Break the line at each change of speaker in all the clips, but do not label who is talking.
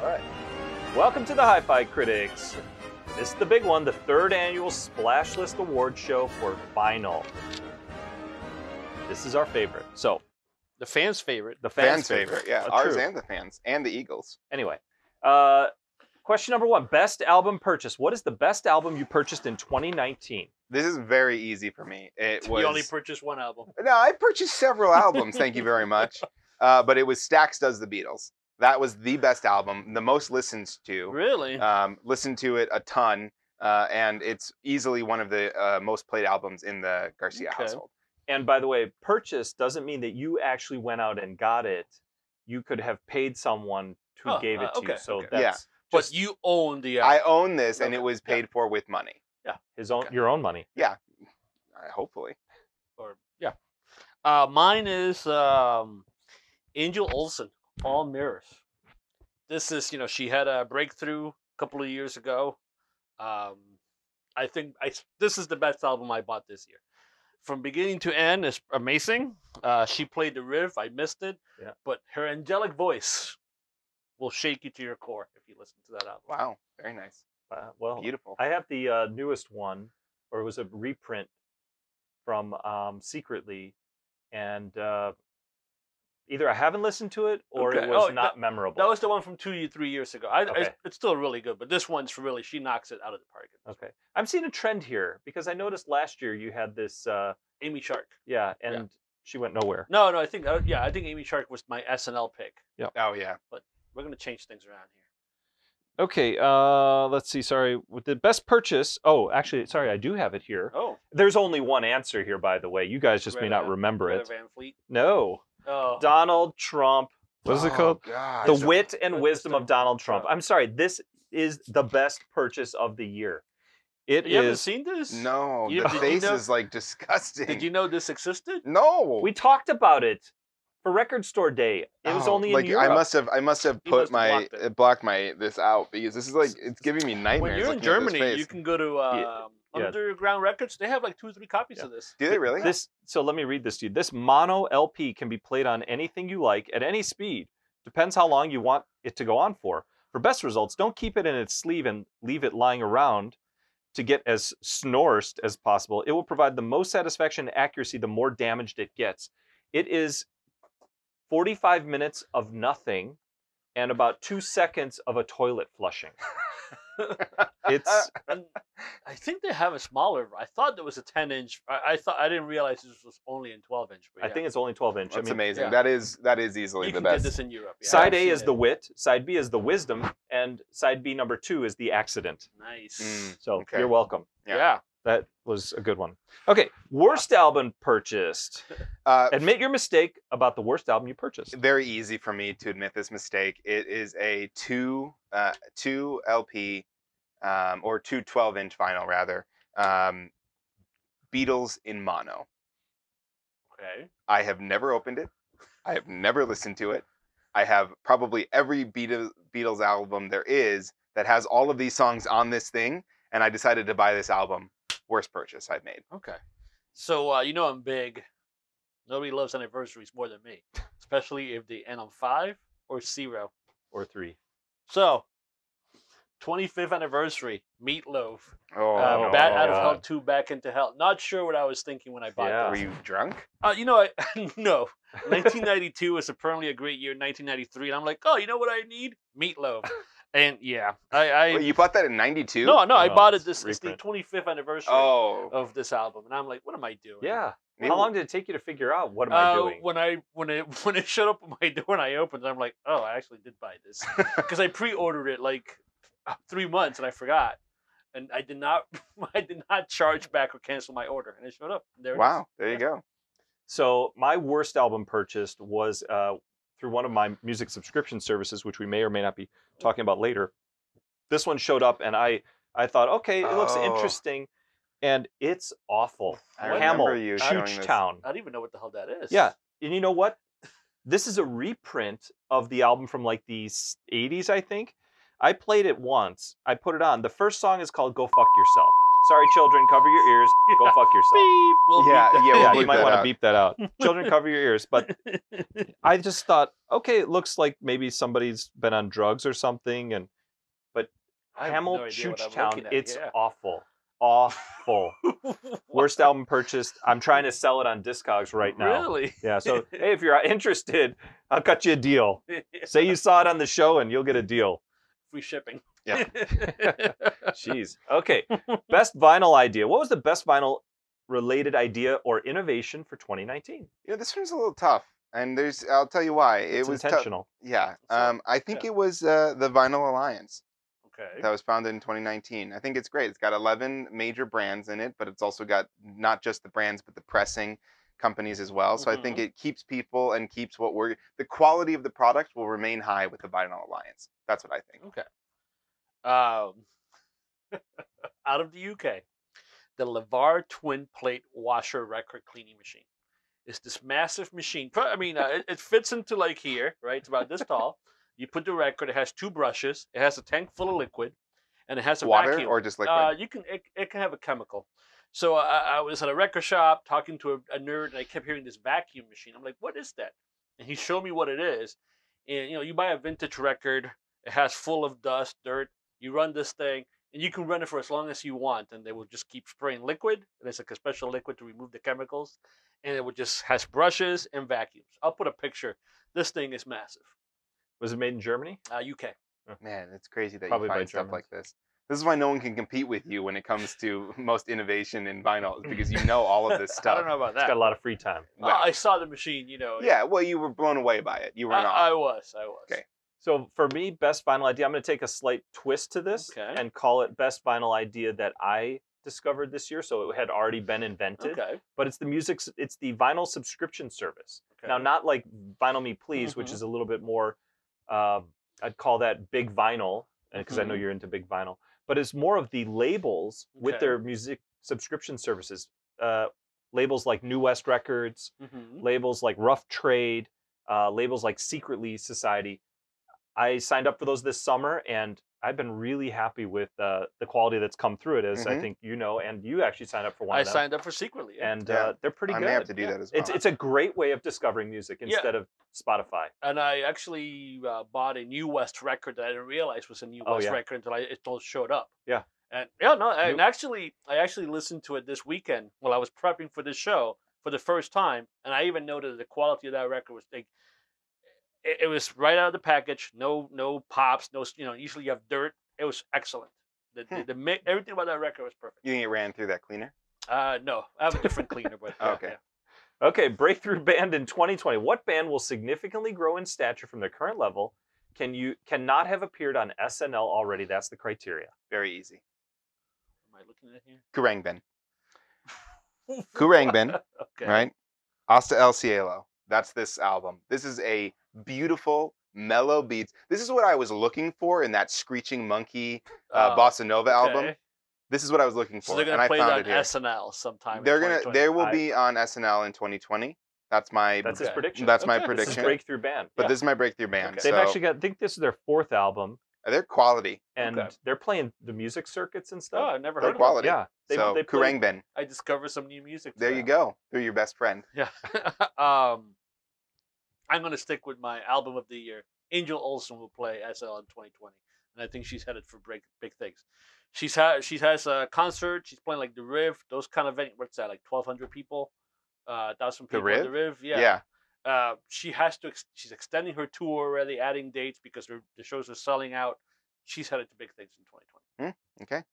All right. Welcome to the Hi Fi Critics. This is the big one, the third annual Splash List Award Show for Vinyl. This is our favorite. So,
The fans' favorite. Oh,
the fans',
Fans, favorite, yeah.
Uh,
Ours
true.
and the fans and the Eagles.
Anyway, uh, question number one Best album purchase. What is the best album you purchased in 2019?
This is very easy for me. It was
You only purchased one album.
no. I purchased several albums. thank you very much. Uh, but it was Stax does the Beatles. That was the best album, the most listens to.
Really?
Um, listened to it a ton, uh, and it's easily one of the uh, most played albums in the Garcia
Okay.
household.
And by the way, purchase doesn't mean that you actually went out and got it. You could have paid someone who
Oh,
gave it
uh,
to
okay,
you. So
okay.
Yeah.
that's
but
just
you own the
I
album.
own this, and
Okay.
it was
Yeah.
paid for with money.
his own
okay.
your own money.
Uh, hopefully,
or, yeah. Uh, mine is um, Angel Olsen, All Mirrors. This is, you know, she had a breakthrough a couple of years ago. Um, I think I this is the best album I bought this year. From beginning to end is amazing. Uh, she played the riff. I missed it.
Yeah.
But her angelic voice will shake you to your core if you listen to that album.
wow, very nice,
Uh,
Oh,
well,
beautiful.
I have the uh, newest one, or it was a reprint from um, Secretly, and uh, either I haven't listened to it or
Okay.
it was
Oh,
not memorable.
That was the one from two, ye- three years ago. I, I-
Okay.
it's still really good, but this one's really she knocks it out of the park.
okay. I'm seeing a trend here because I noticed last year you had this, uh,
Amy Shark.
yeah, and she went nowhere.
No, no, I think uh, yeah, I think Amy Shark was my SNL pick.
oh yeah,
We're gonna change things around here.
Okay, uh, let's see. Sorry, with the best purchase. Oh, actually, sorry, I do have it here.
Oh,
There's only one answer here, by the way. You guys just may
Greta
not
Van-
remember
Greta
it.
Van Fleet.
No,
Oh,
Donald Trump. What is it
Oh,
called?
God.
the
Trump.
wit and
That's
wisdom of
Trump.
Donald Trump.
Trump.
I'm sorry, this is the best purchase of the year. It
you haven't
is.
seen this?
No,
You-
the
did you
face
know-
is like disgusting.
Did you know this existed?
No.
We talked about it for Record Store Day. It was
Oh,
only in
like
Europe.
I must have I must have
You
put
must have
my
blocked it.
it blocked my this out because this is like it's giving me nightmares.
when you're in
looking at this
Germany,
face.
you can go to um,
yeah.
Underground Records. They have like two or three copies
Yeah.
of this.
Do they really?
This. So let me read this to you. This mono LP can be played on anything you like at any speed. Depends how long you want it to go on for. For best results, don't keep it in its sleeve and leave it lying around to get as snorsed as possible. It will provide the most satisfaction and accuracy the more damaged it gets. It is 45 minutes of nothing and about two seconds of a toilet flushing. it's
And I think they have a smaller. I thought there was a 10 inch. I, I thought I didn't realize this was only in 12 inch. But
I
yeah.
think it's only 12 inch.
That's
I mean,
amazing.
yeah.
That is that is easily
you
the
can get
best.
this in Europe. Yeah,
side
I've
A
seen
is
it.
the wit, side B is the wisdom, and side B number two is the accident.
Nice.
Mm.
So
Okay.
you're welcome.
Yeah.
yeah.
That was a good one. Okay, worst album purchased.
uh,
Admit your mistake about the worst album you purchased.
very easy for me to admit this mistake. It is a two uh, two LP um, or two 12 inch vinyl rather. Um, Beatles in mono.
Okay.
I have never opened it. I have never listened to it. I have probably every Beatles, Beatles album there is that has all of these songs on this thing, and I decided to buy this album. Worst purchase I've made.
Okay. So uh, you know I'm big. Nobody loves anniversaries more than me, especially if they end on five or zero.
Or three.
So, 25th anniversary, Meatloaf,
Oh,
uh,
no.
Bat Out of Hell
God.
Two, Back into Hell. Not sure what I was thinking when I bought
Yeah.
Were
this.
you drunk?
Uh, you know, I no. 1992 was apparently a great year. 1993, and I'm like, oh, you know what I need? Meatloaf. And yeah, I, I
Wait, you bought that in '92?
no, no, I
No,
bought it.
it's
This it's the
reprint.
25th anniversary
Oh,
of this album, and I'm like, what am I doing?
Yeah.
maybe-
How long did it take you to figure out what am I
Uh,
doing?
When I when it when it showed up at my door and I opened it, I'm like, oh, I actually did buy this because I pre-ordered it like uh, three months and I forgot, and I did not I did not charge back or cancel my order, and it showed up. There it is.
Wow, there you go.
So my worst album purchased was uh, through one of my music subscription services, which we may or may not be talking about later. This one showed up, and I I thought, okay, it looks
Oh.
interesting, and it's awful.
I
What?
Camel,
remember you showing this.
Choochtown.
I don't even know what the hell that is.
Yeah, Uh, and you know what? This is a reprint of the album from like the s- '80s, I think. I played it once. I put it on. The first song is called "Go Fuck Yourself." Sorry, children, cover your ears. Go fuck yourself.
Beep. We'll beep
Yeah,
that.
yeah, we'll
yeah,
bleep
you might
that
want to
out.
beep that out. Children, cover your ears. But I just thought, okay, it looks like maybe somebody's been on drugs or something. And
I have
Hamel
no idea what I'm
Choochtown,
looking at,
it's
yeah.
awful, awful. Worst album purchased. I'm trying to sell it on Discogs right now.
Really?
Yeah. So hey, if you're uh, interested, I'll cut you a deal. Say you saw it on the show, and you'll get a deal.
Free shipping.
Yeah.
Jeez. Okay. Best vinyl idea. What was the best vinyl related idea or innovation for 2019?
You know, this one's a little tough, and there's I'll tell you why.
It's
it was tough.
intentional.
Yeah,
That's all.
um, I think
Yeah.
it was uh, the Vinyl Alliance
okay.
that was founded in 2019. I think it's great. It's got 11 major brands in it, but it's also got not just the brands, but the pressing companies as well. So I think
Mm-hmm.
it keeps people and keeps what we're the quality of the product will remain high with the Vinyl Alliance. That's what I think.
Okay. Um, out of the UK, the Levar twin plate washer record cleaning machine. It's this massive machine. Pro- I mean, uh, it, it fits into like here, right? It's about this tall. You put the record. It has two brushes. It has a tank full of liquid, and it has a
Water
vacuum.
or just liquid?
Uh, you can it, it can have a chemical. So I, I was at a record shop talking to a, a nerd, and I kept hearing this vacuum machine. I'm like, "What is that?" And he showed me what it is. And you know, you buy a vintage record. It has full of dust, dirt. You run this thing, and you can run it for as long as you want, and they will just keep spraying liquid. And it's like a special liquid to remove the chemicals. And it will just has brushes and vacuums. I'll put a picture. This thing is massive.
Was it made in Germany?
Uh, UK.
Man, it's crazy that
Probably
you
by
find stuff
Germans.
like this. This is why no one can compete with you when it comes to most innovation in vinyl, is because you know all of this
I
stuff.
don't know about
It's
that.
got a lot of free time.
Oh, I saw the machine. You know.
Yeah, well, you were blown away by it. You were
I,
not.
I was. I was.
Okay.
So for me, best vinyl idea, I'm going to take a slight twist to this
Okay.
and call it best vinyl idea that I discovered this year. So it had already been invented,
Okay.
but it's the music, s- it's the vinyl subscription service.
okay.
Now, not like Vinyl Me Please, which
Mhm.
is a little bit more, um, I'd call that big vinyl, because I know
Mhm.
you're into big vinyl, but it's more of the labels with
Okay.
their music subscription services. Uh, labels like New West Records,
Mhm.
labels like Rough Trade, uh, labels like Secretly Society. I signed up for those this summer, and I've been really happy with uh, the quality that's come through it. As I
Mhm.
think you know, and you actually signed up for one
Mm-hmm. I
of them,
signed up for secretly. yeah.
and
Yeah.
uh, they're pretty
I
good.
may have to do
yeah.
that as well.
It's it's a great way of discovering music
Yeah.
instead of Spotify.
and I actually uh, bought a New West record that I didn't realize was a New
Oh,
West
yeah.
record until I, it all showed up.
Yeah.
And yeah, no, and
New-
actually, I actually listened to it this weekend while I was prepping for this show for the first time, and I even noted the quality of that record was like. It, it was right out of the package. No, no pops. No, s- you know. Usually you have dirt. It was excellent. The, the,
Hmm.
the mi- everything about that record was perfect.
you think it ran through that cleaner?
Uh, no, I have a different cleaner, but yeah,
Okay.
yeah.
Okay, breakthrough band in 2020. What band will significantly grow in stature from their current level? Can you cannot have appeared on SNL already? That's the criteria.
Very easy.
Am I looking at it here?
Kurangbin, Kurangbin,
Okay.
right? Asta El Cielo. That's this album. This is a beautiful, mellow beats. This is what I was looking for in that Screeching Monkey uh,
Uh,
Bossa Nova album.
okay.
This is what I was looking for,
So they're
and
gonna
I
play
found
that
it here.
SNL sometime. in
they're gonna.
2020.
They will
I-
be on SNL in 2020. That's my.
That's his
Okay.
prediction.
that's my
Okay, this is
This is
prediction.
breakthrough band.
but
Yeah.
this is my breakthrough band.
Okay.
They've
so
actually got. I think this is their fourth album,
they're quality.
and
Okay.
they're playing the music circuits and
Oh,
stuff.
I've never
They're
heard of
quality.
yeah, they,
so
they play,
Kurangbin.
it. I discovered some new music.
There
today.
you go. Through your best friend.
Yeah. um, I'm gonna stick with my album of the year. Angel Olsen will play SNL in 2020, and I think she's headed for break, big things. She's had she has a concert. She's playing like the Riv, those kind of venues. What's that? Like 1,200 people, uh, thousand
The
people. at The
Riv?
Riv, yeah.
yeah.
uh, she has to ex- she's extending her tour already adding dates because her, the shows are selling out she's headed to big things in 2020
Okay.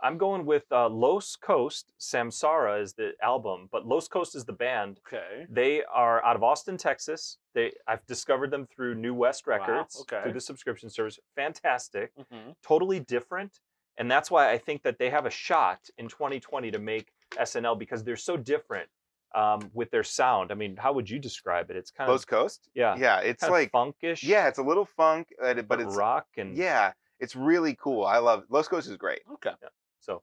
I'm going with uh, Los Coast. Samsara is the album, but Los Coast is the band.
okay
They are out of Austin, Texas. They I've discovered them through New West
Wow,
Records
okay.
through the subscription service. Fantastic,
mm-hmm.
Mm.
totally different, and that's why I think that they have a shot in 2020 to make SNL because they're so different um, with their sound. I mean, how would you describe it? It's kind
Coast
of
Coast.
yeah,
Yeah, it's
kind
like
of funkish,
yeah, it's a little funk, uh, but,
but,
it's
rock and
yeah, it's really cool. I love Los Coast is great.
okay
So,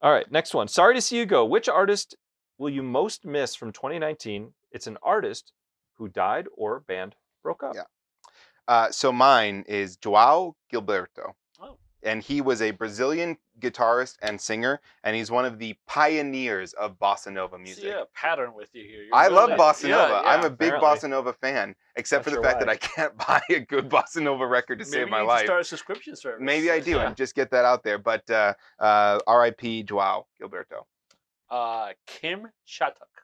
all right, next one. Sorry to see you go. Which artist will you most miss from 2019? It's an artist who died or band broke up.
Yeah. Uh, so mine is Joao Gilberto.
Oh.
and he was a Brazilian guitarist and singer, and he's one of the pioneers of bossa nova music.
See a pattern with you here. You're
I
really-
love bossa
yeah,
nova. I'm
yeah.
a big
apparently.
bossa nova fan, except
Not
for the
sure
fact
why.
that I can't buy a good bossa nova record to
Maybe
save
you
my
should
life.
Start a subscription service.
Maybe I do,
Yeah.
and just get that out there. But uh, uh, R.I.P. Joao Gilberto.
uh, Kim Chatuk,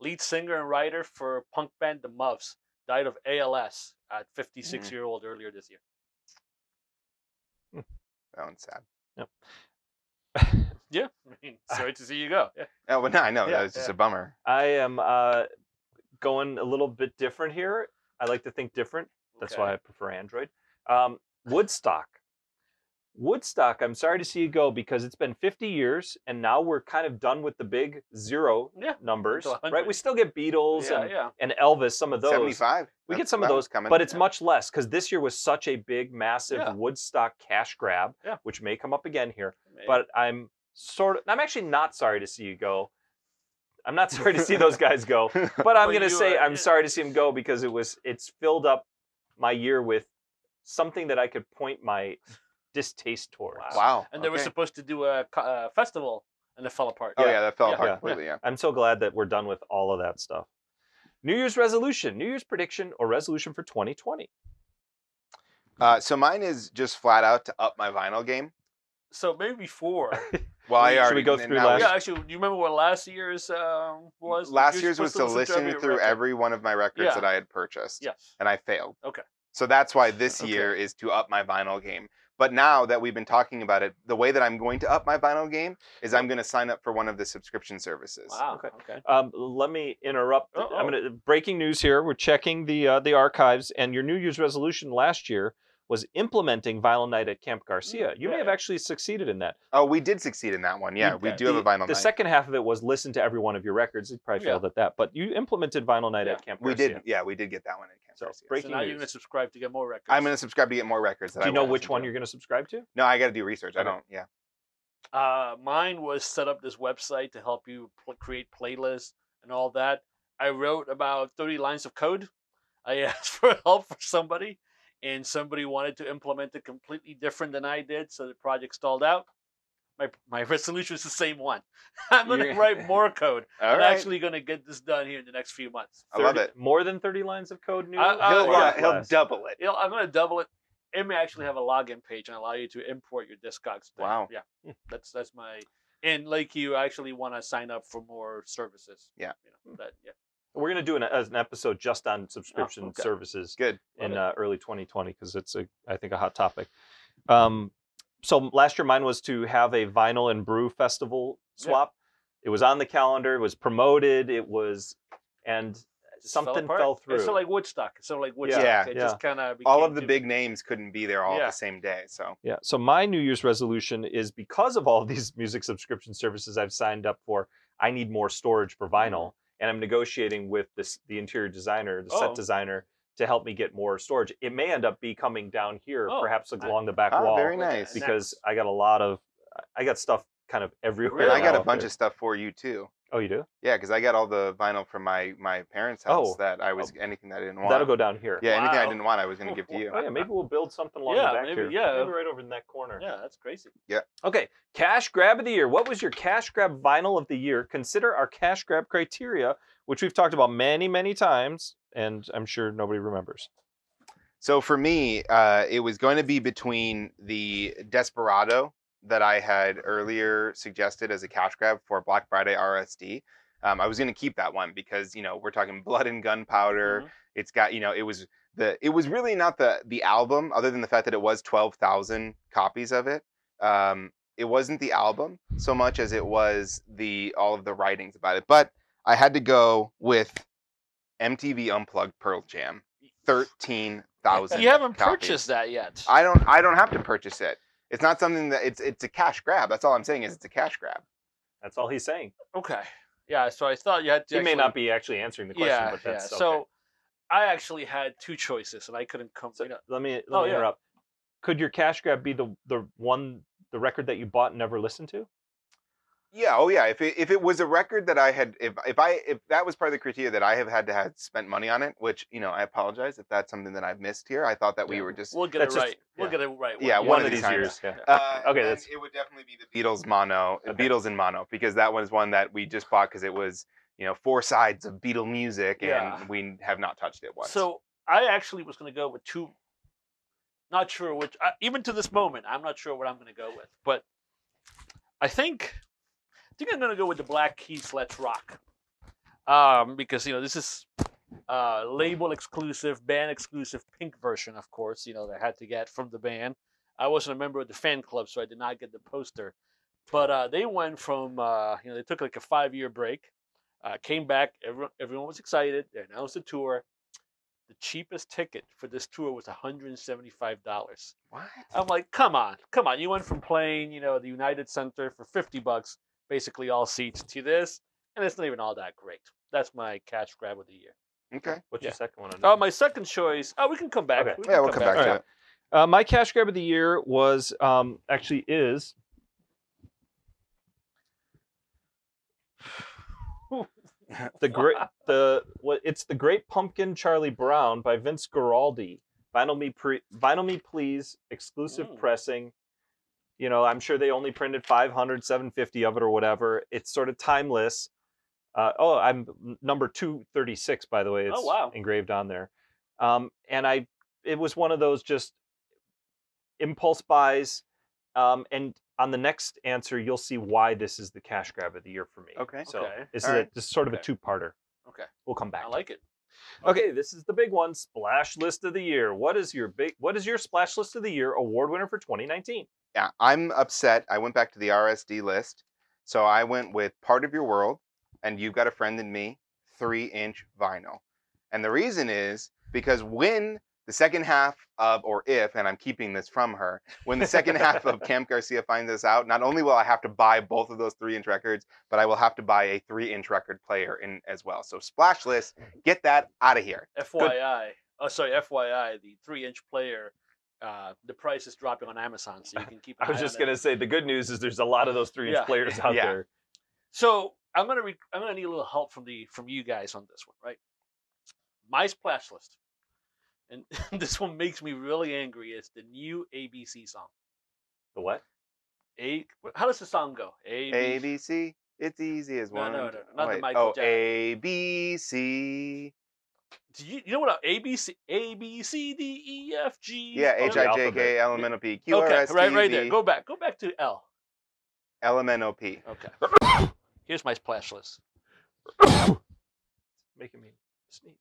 lead singer and writer for punk band The Muffs, died of ALS
Mm.
at 56 year old earlier this year.
That one's sad.
Yeah, I mean,
Ah.
sorry to see you go. Yeah.
Oh, but no, I know
Yeah,
that was just
yeah.
a bummer.
I am uh, going a little bit different here. I like to think different. That's why I prefer Android. Um, Woodstock. Woodstock, I'm sorry to see you go because it's been 50 years and now we're kind of done with the big zero
Yeah,
numbers,
until 100.
right? We still get Beatles
Yeah,
and,
yeah.
and Elvis, some of those.
Seventy-five.
We
That's-
get some of
that one's
those,
coming.
but it's
Yeah.
much less because this year was such a big, massive
Yeah.
Woodstock cash grab,
Yeah.
which may come up again here.
Maybe.
But I'm sort of, I'm actually not sorry to see you go. I'm not sorry to see those guys go, but I'm
Well,
gonna
you uh,
say
are-
I'm sorry to see him go because it was it's filled up my year with something that I could point my distaste towards.
wow.
and they were
okay.
supposed to do a, co- uh festival and it fell apart.
Oh yeah, that fell
Yeah.
apart
Yeah.
completely. Yeah.
I'm so glad that we're done with all of that stuff. New Year's resolution, New Year's prediction, or resolution for 2020.
Uh, so mine is just flat out to up my vinyl game.
So maybe before.
Well, I
Should
already
we go through
now
last-
we-
yeah, actually, you remember what last year's um, was?
last
You're
year's was
supposed
to listen
every
through
record.
every one of my records
Yeah.
that I had purchased,
Yes.
and I failed.
Okay.
So that's why this
Okay.
year is to up my vinyl game. But now that we've been talking about it, the way that I'm going to up my vinyl game is I'm going to sign up for one of the subscription services.
Wow.
Okay.
Okay.
Um, let me interrupt. I'm
Uh-oh.
gonna breaking news here. We're checking the uh, the archives, and your New Year's resolution last year was implementing Vinyl Night at Camp Garcia. You may
yeah,
have
Mm, yeah.
actually succeeded in that.
Oh, we did succeed in that one. Yeah, we
did.
do have a
the,
vinyl
the
night.
second half of it was listen to every one of your records. You probably
Yeah.
failed at that, but you implemented Vinyl Night
Yeah.
at Camp
we
Garcia.
did. Yeah, we did get that one. At Camp
So
Garcia.
breaking
so now you're going to
news.
subscribe to get more records.
I'm going to subscribe to get more records. That
Do
I
you know
won't
which
listen
one
to.
you're going to subscribe to?
No, I got to do research.
Okay.
I don't. Yeah.
Uh, mine was set up this website to help you pl- create playlists and all that. I wrote about 30 lines of code. I asked for help from somebody, and somebody wanted to implement it completely different than I did, so the project stalled out. My, my resolution is the same one. I'm going to
You're-
write more code.
All
I'm
right.
actually going to get this done here in the next few months.
I love
30
it.
More than 30 lines of code new?
I-
or
I-
He'll, yeah,
uh,
less?
he'll double it.
You know, I'm going to double it. It may actually have a login page and allow you to import your Discogs. thing.
Wow.
Hmm.
Yeah, that's that's my. And like you, I actually want to sign up for more services.
Yeah.
You know, that, yeah.
We're going to do an, as an episode just
Oh,
on subscription
okay.
services
Good.
in
Love it.
uh, early 2020 because it's, a, I think, a hot topic. Um, so last year, mine was to have a vinyl and brew festival
Yeah.
swap. It was on the calendar, it was promoted, it was, and
It just
something
apart.
fell
It's
through.
sort of like Woodstock. It's sort of like Woodstock.
Yeah,
it
yeah.
just kind of
all of the big names couldn't be there all at
Yeah.
the same day. So
Yeah. So my New Year's resolution is because of all these music subscription services I've signed up for, I need more storage for
Mm-hmm.
vinyl, and I'm negotiating with this the interior designer, the set
Oh.
designer, to help me get more storage. It may end up be coming down here,
Oh,
perhaps
I-
along the back
Ah,
wall,
very nice.
Nice.
because I got a lot of, I got stuff kind of everywhere.
and Oh, I got
now
a
up
bunch
there.
of stuff for you too.
Oh, you do?
Yeah, because I got all the vinyl from my my parents' house
Oh.
that I was anything that I didn't want.
That'll go down here.
Yeah, anything I
Wow.
didn't want, I was going to give to you.
Oh yeah, maybe we'll build something along
Yeah,
the back
maybe-
here.
yeah.
Maybe right over in that corner.
Yeah, that's crazy.
Okay, cash grab of the year. What was your cash grab vinyl of the year? Consider our cash grab criteria, which we've talked about many, many times, and I'm sure nobody remembers.
So for me, uh, it was going to be between the Desperado that I had earlier suggested as a cash grab for Black Friday RSD. Um, I was going to keep that one because you know we're talking blood and
Mm-hmm.
gunpowder.
Mhm.
it's got you know it was the it was really not the the album other than the fact that it was 12,000 copies of it um it wasn't the album so much as it was the all of the writings about it but i had to go with MTV unplugged Pearl Jam 13,000
You haven't
copies.
purchased that yet.
I don't I don't have to purchase it it's not something that it's it's a cash grab that's all i'm saying is it's a cash grab
That's all he's saying.
okay. Yeah. So I thought you had to.
He may
actually-
not be actually answering the question,
yeah.
but that's
yeah.
okay.
So I actually had two choices, and I couldn't come.
So
you know,
let me let
Oh,
me
yeah.
interrupt. Could your cash grab be the the one the record that you bought and never listened to?
Yeah, oh yeah. If it, if it was a record that I had, if if I if that was part of the criteria that I have had to have spent money on it, which you know I apologize if that's something that I've missed here. I thought that we
Yeah.
were just
We'll get it
That's just-
right. We'll
yeah.
get it right.
Yeah,
one,
one,
day.
of these
times.
years. Yeah.
Uh,
Okay,
and
that's-
it would definitely be the Beatles mono,
Okay.
Beatles in mono, because that one is one that we just bought because it was you know four sides of Beatle music, and
Yeah.
we have not touched it once.
So I actually was going to go with two. Not sure which. I, even to this moment, I'm not sure what I'm going to go with. But I think, I think I'm going to go with the Black Keys. Let's rock. Um, because you know this is uh, label exclusive, band exclusive, Pink version, of course. You know that I had to get from the band. I wasn't a member of the fan club, so I did not get the poster. But uh, they went from uh, you know they took like a five year break, uh, came back. Everyone, everyone was excited. They announced the tour the cheapest ticket for this tour was $175.
what?
I'm like, come on, come on. You went from playing, you know, the United Center for 50 bucks, basically all seats, to this, and it's not even all that great. That's my cash grab of the year.
Okay.
What's
Yeah.
your second one?
Uh, my second choice. Oh, we can come back.
Mm-hmm. Okay.
Yeah, we'll come back
back
to
to
it.
Uh, my cash grab of the year was um, actually is. the great the what it's the Great Pumpkin Charlie Brown by Vince Guaraldi. Vinyl me pre vinyl me please exclusive
Mm.
pressing. You know, I'm sure they only printed 500, 750 of it or whatever. It's sort of timeless. Uh, oh, I'm n- number 236 by the way. It's
Oh, wow.
engraved on there. Um, and I it was one of those just impulse buys. Um, and on the next answer, you'll see why this is the cash grab of the year for me.
Okay.
So
Okay.
this
All
is
right.
a, this is sort of a
Okay.
two-parter.
Okay.
We'll come back.
I
to
like it.
it. okay, this is the big one, splash list of the year. What is your big what is your splash list of the year award winner for 2019?
Yeah, I'm upset. I went back to the RSD list, so I went with "Part of Your World" and "You've Got a Friend in Me" three-inch vinyl, and the reason is because when the second half of, or if, and I'm keeping this from her, when the second half of Camp Garcia finds us out, not only will I have to buy both of those three-inch records, but I will have to buy a three-inch record player in as well. So splash list, get that out of here.
FYI. Oh, sorry, FYI, the three inch player. Uh, the price is dropping on Amazon, so you can keep. An
I was
eye
just
on it.
gonna say the good news is there's a lot of those three-inch
Yeah.
players out
Yeah.
there.
So I'm gonna re- I'm gonna need a little help from the from you guys on this one, right? My splash list, and this one makes me really angry. It's the new ABC song.
The what?
A how does the song go? A
A B C. It's easy as
No,
one.
no, no,
two-
not the
wait,
Michael
oh,
Jackson.
A B C.
Do you, you know what? A B C A B C D E F G.
Yeah, H
the
I J
alphabet.
K L M N O P Q R
Okay,
S
right,
T E
right there.
V
Go back. Go back to L.
L M N O P.
Okay. Here's my splash list.
Making me sneeze.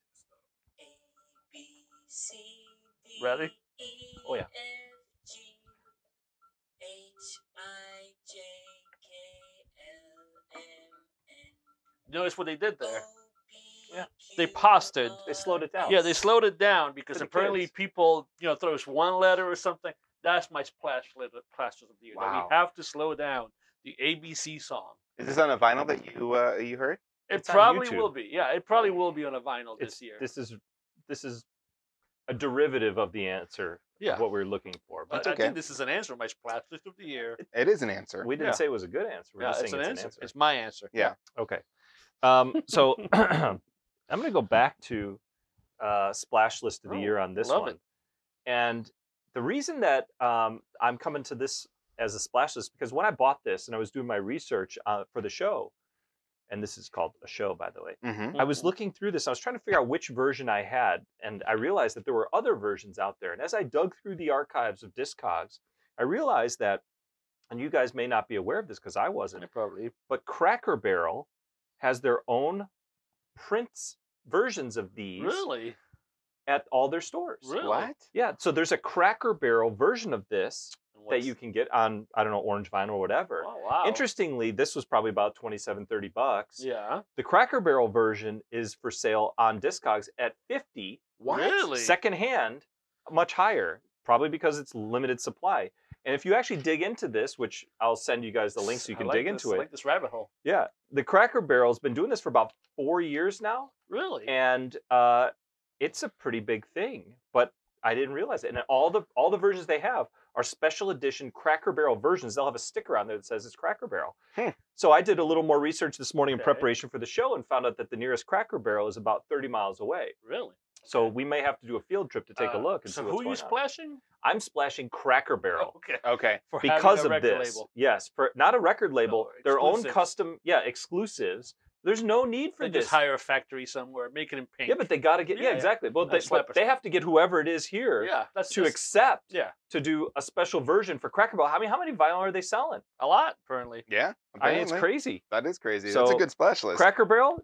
Ready?
Ready?
Oh, yeah. Notice what they did there.
Yeah.
They paused it.
They slowed it down.
Yeah, they slowed it down because
the
apparently
kids.
people, you know, throws one letter or something. That's my splash letter, splash of the year. that
Wow.
we have to slow down the ABC song.
Is this on a vinyl that you uh, you heard?
It
It's on
probably
YouTube.
will be. Yeah, it probably will be on a vinyl
It's-
this year.
This is this is a derivative of the answer
yeah,
of what we are looking for.
but
But
That's
I
okay.
think this is an answer. My splash list of the year.
It is an answer.
we didn't
yeah.
say it was a good answer. We're
yeah,
just
it's,
saying
an, answer. It's my answer.
Yeah.
Okay. Um, so I'm going to go back to uh, splash list of the
Oh,
year on this
love
one.
it.
And the reason that um, I'm coming to this as a splash list because when I bought this and I was doing my research uh, for the show, and this is called a show, by the way.
Mm-hmm.
I was looking through this. I was trying to figure out which version I had, and I realized that there were other versions out there. And as I dug through the archives of Discogs, I realized that, and you guys may not be aware of this because I wasn't,
probably.
but Cracker Barrel has their own prints versions of these
Really?
at all their stores.
Really?
What?
Yeah, so there's a Cracker Barrel version of this
And what's-
that you can get on I don't know orange vinyl or whatever.
Oh wow.
Interestingly, this was probably about 27 30 bucks.
Yeah.
The Cracker Barrel version is for sale on Discogs at 50
What?
Really?
secondhand much higher, probably because it's limited supply. And if you actually dig into this, which I'll send you guys the link so you
I
can
like
dig
this.
into
I
it.
like this rabbit hole.
Yeah, the Cracker Barrel's been doing this for about four years now,
Really?
and uh, it's a pretty big thing. But I didn't realize it. And all the all the versions they have are special edition Cracker Barrel versions. They'll have a sticker on there that says it's Cracker Barrel.
Hmm.
So I did a little more research this morning in
Okay.
preparation for the show and found out that the nearest Cracker Barrel is about 30 miles away.
Really?
So we may have to do a field trip to take a
Uh,
look and
so
see what's
who
going
you
on.
splashing?
I'm splashing Cracker Barrel
Okay.
Okay.
For having
because
a
of
record
this.
label.
Yes, for not a record label, their own
exclusives.
custom, yeah, exclusives. There's no need for
They
this.
just hire a factory somewhere, make it in paint.
yeah, but they got to get yeah,
Yeah, yeah.
exactly. Well,
Uh,
they,
slap
but
us.
they have to get whoever it is here
yeah, that's
to
just-
accept
yeah,
to do a special version for Cracker Barrel. I mean, how many vinyl are they selling?
a lot apparently.
Yeah.
I mean, it's
apparently.
crazy.
That is crazy. That's a
So,
good splash list.
Cracker Barrel,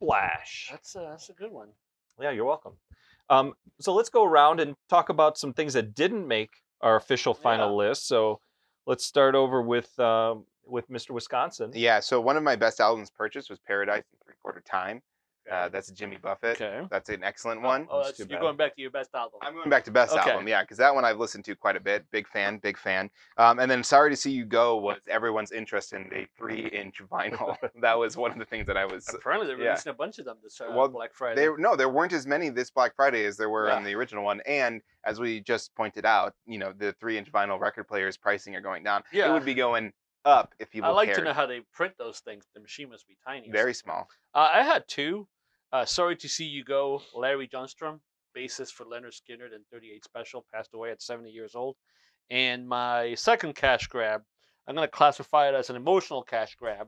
splash.
That's a, that's a good one.
Yeah, you're welcome. Um, so let's go around and talk about some things that didn't make our official final list. So let's start over with um, with Mr. Wisconsin.
Yeah. So one of my best albums purchased was Paradise in Three Quarter Time. Uh, that's Jimmy Buffett.
Okay.
That's an excellent one.
Oh,
That's
that's,
too
you're
bad.
going back to your best album.
I'm going back to best
Okay.
album, yeah, because that one I've listened to quite a bit. Big fan, big fan. Um, and then Sorry to See You Go was everyone's interest in a three-inch vinyl. that was one of the things that I was.
Apparently, they're
yeah.
releasing a bunch of them this uh,
Well,
Black Friday.
There, no, there weren't as many this Black Friday as there were on
Yeah.
the original one. And as we just pointed out, you know, the three-inch vinyl record players pricing are going down.
yeah,
It would be going up if people
I like to
cared.
know how they print those things. The machine must be tiny. or
Very
something.
small.
Uh, I had two. Uh, Sorry to see you go. Larry Johnstrom, bassist for Leonard Skinner and 38 Special, passed away at 70 years old. And my second cash grab, I'm going to classify it as an emotional cash grab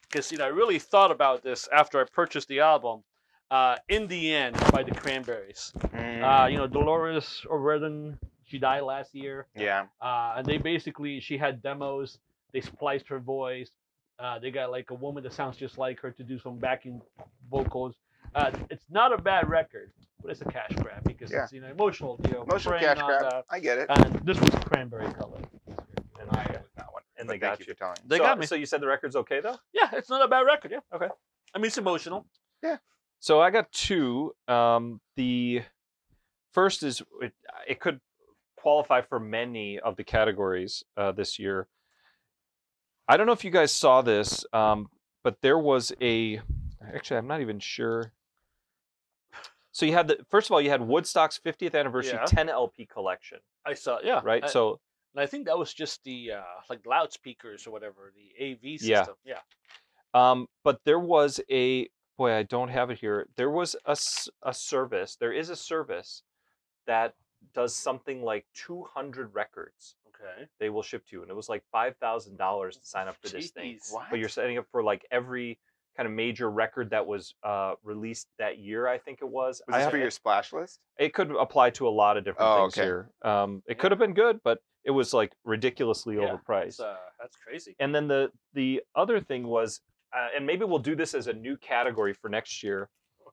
because you know I really thought about this after I purchased the album. Uh, In the End by the Cranberries.
Mm,
Uh, you know Dolores O'Riordan, she died last year.
yeah.
Uh, and they basically, she had demos. They spliced her voice. Uh, they got like a woman that sounds just like her to do some backing vocals. Uh, it's not a bad record, but it's a cash grab because
Yeah.
it's you know emotional. You know,
Emotional
preying
cash
on
grab.
the-
I get it.
and this was cranberry color.
And, I,
that one.
and they
But thank
got
you
you.
for telling.
They
so,
got me.
So you said the record's okay though.
Yeah, it's not a bad record. Yeah.
Okay.
I mean, it's emotional.
So I got two. Um, the first is it, it could qualify for many of the categories uh, this year. I don't know if you guys saw this, um, but there was a. Actually, I'm not even sure. So you had the first of all, you had Woodstock's 50th anniversary
Yeah.
10 LP collection,
I saw. Yeah.
right?
I-
so
and I think that was just the uh, like loudspeakers or whatever the AV
Yeah.
system. Yeah.
Um, but there was a boy, I don't have it here. There was a, s- a service. There is a service that does something like 200 records
Okay.
they will ship to you, and it was like five thousand dollars to sign up for this thing.
Jeez.
What?
But you're setting up for like every kind of major record that was uh, released that year. I think it was.
Was
I
this
have-
for your splash list?
It could apply to a lot of different
Oh,
things
okay.
here. Um, it
Yeah.
could have been good, but it was like ridiculously
Yeah,
overpriced
That's, uh, that's crazy.
and then the the other thing was uh, and maybe we'll do this as a new category for next year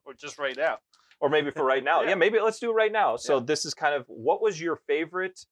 Or just right now.
or maybe for right now yeah,
Yeah.
maybe let's do it right now so
Yeah.
this is kind of what was your favorite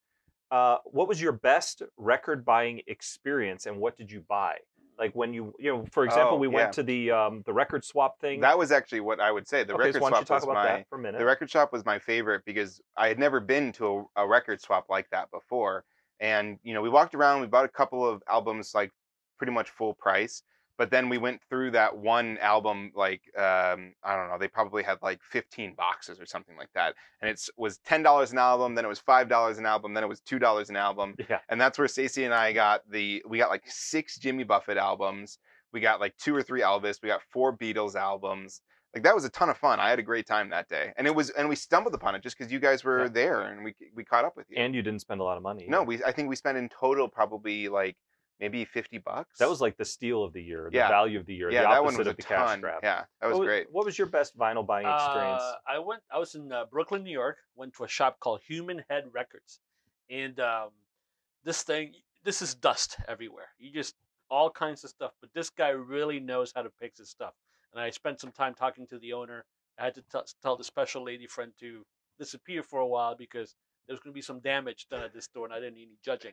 uh, what was your best record buying experience and what did you buy like when you you know for example
Oh,
we
yeah.
went to the um, the record swap thing
That was actually what I would say. The
okay
record
so why don't you
swap
talk
was
about
my
that for a minute
the record shop was my favorite because I had never been to a, a record swap like that before. And you know, we walked around, we bought a couple of albums like pretty much full price. But then we went through that one album like um, I don't know, they probably had like 15 boxes or something like that. And it was ten dollars an album, then it was five dollars an album, then it was two dollars an album.
yeah
And that's where Stacey and I got the we got like six Jimmy Buffett albums. We got like two or three Elvis. We got four Beatles albums. Like that was a ton of fun. I had a great time that day, and it was and we stumbled upon it just because you guys were
Yeah.
there and we we caught up with you.
and you didn't spend a lot of money
no,
either.
we I think we spent in total probably like maybe fifty bucks.
that was like the steal of the year the
Yeah.
value of the year
yeah,
the
that
opposite
one was
of
a
the cash
ton.
grab
Yeah, that was
what
great.
what was your best vinyl buying experience
Uh, I went. I was in uh, Brooklyn, New York. Went to a shop called Human Head Records, and um, this thing, this is dust everywhere. You just all kinds of stuff. But this guy really knows how to pick his stuff. And I spent some time talking to the owner. I had to t- tell the special lady friend to disappear for a while because there was going to be some damage done at this store, and I didn't need any judging.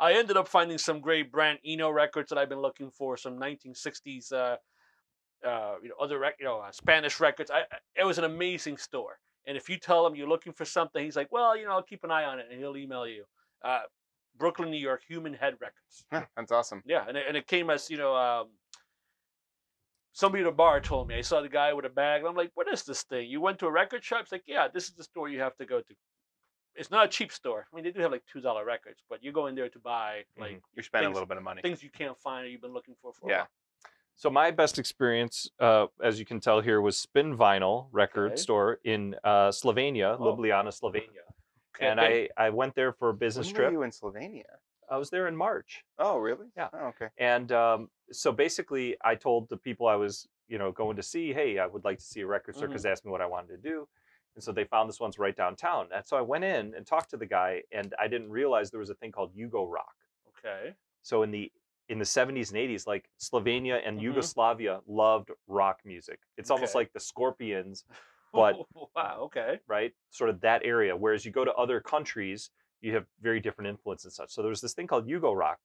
I ended up finding some great brand Eno records that I've been looking for, some 1960s. Uh, uh, you know, other rec- you know, uh, Spanish records. I, I- it was an amazing store. And if you tell him you're looking for something, he's like, "Well, you know, I'll keep an eye on it," and he'll email you. Uh, Brooklyn, New York, Human Head Records.
Huh, that's awesome.
Yeah, and it, and it came as you know, um, somebody at a bar told me. I saw the guy with a bag, and I'm like, "What is this thing?" You went to a record shop. It's like, "Yeah, this is the store you have to go to." it's not a cheap store. I mean, they do have like two dollar records, but you go in there to buy like
You're spending
Things-
a little bit of
Mm-hmm.
money.
things you can't find or you've been looking for for a
Yeah.
while.
So my best experience, uh, as you can tell here, was Spin Vinyl Record
Okay.
Store in uh, Slovenia,
Oh.
Ljubljana, Slovenia.
Okay,
And
okay.
I, I went there for a business
When were
trip.
you in Slovenia?
I was there in March.
Oh, really?
Yeah.
Oh, okay.
And um, so basically, I told the people I was, you know, going to see, hey, I would like to see a record store because they asked me what I wanted to do, and so they found this one's right downtown. And so I went in and talked to the guy, and I didn't realize there was a thing called Yugo Rock.
okay.
So in the in the 70s and 80s, like Slovenia and
Mhm.
Yugoslavia loved rock music. It's almost
Okay.
like the Scorpions But-
wow, okay.
right? Sort of that area. Whereas you go to other countries, you have very different influence and such. So there was this thing called Yugo Rock.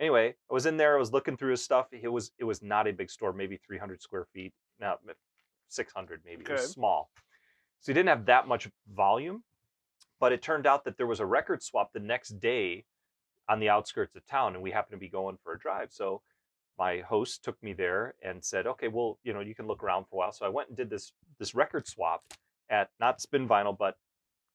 Anyway, I was in there. I was looking through his stuff. It was it was not a big store, maybe 300 square feet, now 600 maybe. It
Okay.
was small, so he didn't have that much volume. But it turned out that there was a record swap the next day on the outskirts of town, and we happened to be going for a drive. So my host took me there and said, "Okay, well, you know, you can look around for a while." So I went and did this this record swap at not Spin Vinyl, but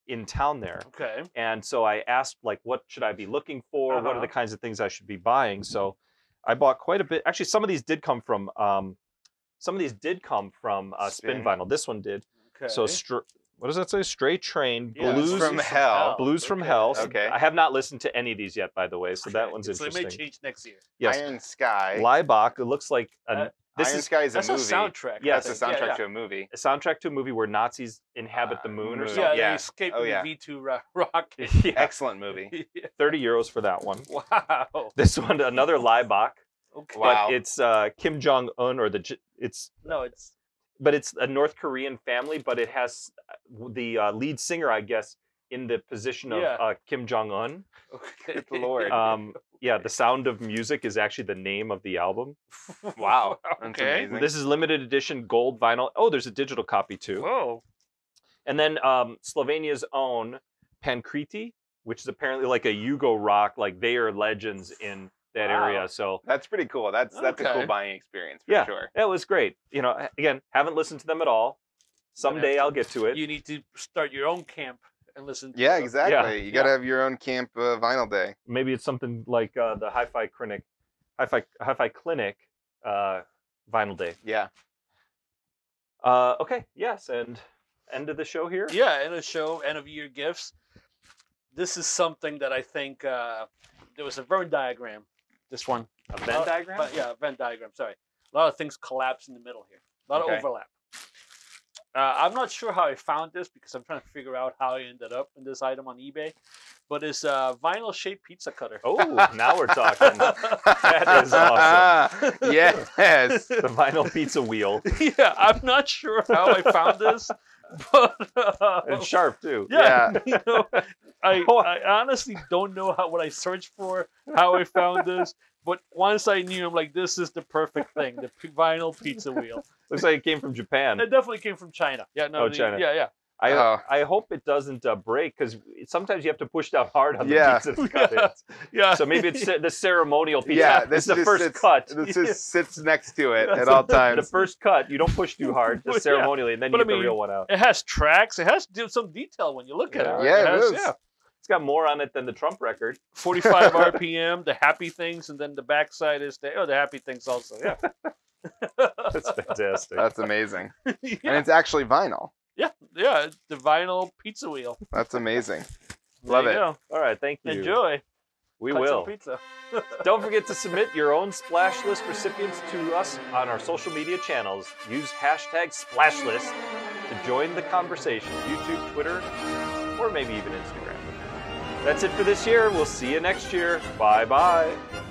in town there.
Okay.
And so I asked, like, what should I be looking for? What are
Uh-huh.
the kinds of things I should be buying? So I bought quite a bit. Actually, some of these did come from. Um, some of these did come from uh, Spin
Spin.
Vinyl. This one did.
Okay.
So, str- what does that say? Stray Train,
Yeah, it's
Blues
from Hell.
Blues from Hell. So
Okay.
I have not listened to any of these yet, by the way, so that
Okay.
one's
So it may
interesting.
change next year.
Yes,
Iron Sky.
Liebach. It looks like an,
Uh,
this
Iron
is
Sky is a
That's
movie.
a soundtrack. I
Yeah,
That's
it's
a
a
think. Yeah,
soundtrack
yeah.
to a movie.
a soundtrack to a movie where Nazis inhabit the
Uh,
moon or
moon.
something.
Yeah,
Yeah.
they escape
Oh,
the
yeah.
V2 ro- rocket.
yeah,
Excellent movie.
thirty euros for that one.
wow.
This one, another Liebach.
Okay.
Wow.
but it's uh, Kim Jong Un or the J- it's
No, it's
but it's a North Korean family, but it has uh, the uh, lead singer, I guess, in the position of
Yeah.
uh, Kim Jong Un.
okay.
Good lord.
Um, yeah, the Sound of Music is actually the name of the album.
Wow. That's
Okay.
amazing.
This is limited edition gold vinyl. Oh, there's a digital copy too.
Whoa.
And then um, Slovenia's own Pankriti, which is apparently like a Yugo rock, like they are legends in that
Wow.
area. So
That's pretty cool. That's that's a
Okay.
cool buying experience for
Yeah.
sure.
that was great. You know, a- again, haven't listened to them at all. Someday
to-
I'll get to it.
You need to start your own camp and listen. To
Yeah,
the-
exactly. you
Yeah.
got to have your own camp uh, vinyl day.
maybe it's something like uh, the Hi-Fi Clinic, Hi-Fi Hi-Fi Clinic, uh, Vinyl Day.
Yeah.
Uh, okay, yes, and end of the show here.
Yeah, and a show, end of year gifts. This is something that I think uh, there was a Venn diagram. This one.
A Venn diagram.
uh, But yeah, Venn diagram. Sorry, a lot of things collapse in the middle here. A lot
Okay.
of overlap. Uh, I'm not sure how I found this because I'm trying to figure out how I ended up in this item on eBay, but it's a vinyl shaped pizza cutter.
Oh, now we're talking. That is awesome.
yes.
the vinyl pizza wheel.
yeah, I'm not sure how I found this, but uh,
It's sharp too.
yeah,
Yeah.
you know, I,
Oh.
I honestly don't know how what I searched for, how I found this, but once I knew, I'm like, this is the perfect thing, the p- vinyl pizza wheel.
Looks like it came from Japan.
And it definitely came from China. Yeah, no,
Oh,
the-
China.
yeah, yeah.
I
Oh.
I hope it doesn't uh, break because sometimes you have to push down hard on the
Yeah.
pizza to cut
Yeah.
it.
Yeah.
So maybe it's ce- the ceremonial pizza. this
Yeah,
is
this
the
just
first
sits-
cut.
This just sits next to it
That's
at all
The
times.
first cut, you don't push too hard,
Yeah.
just ceremonially, and then
But
you
I
get the
mean,
real one out.
It has tracks. It has do- some detail when you look at it.
Yeah.
Right?
Yeah, it
has,
is.
Yeah.
It's got more on it than the Trump record.
45 RPM, the happy things, and then the backside is the oh, the happy things also. Yeah.
That's fantastic.
That's amazing. And
yeah,
it's actually vinyl.
yeah, yeah, the vinyl pizza wheel.
That's amazing.
There
Love
you
it.
go.
All right, thank you.
Enjoy.
We
Cut some
will.
pizza.
Don't forget to submit your own Splash List recipients to us on our social media channels. Use hashtag SplashList to join the conversation YouTube, Twitter, or maybe even Instagram. That's it for this year. We'll see you next year. Bye bye.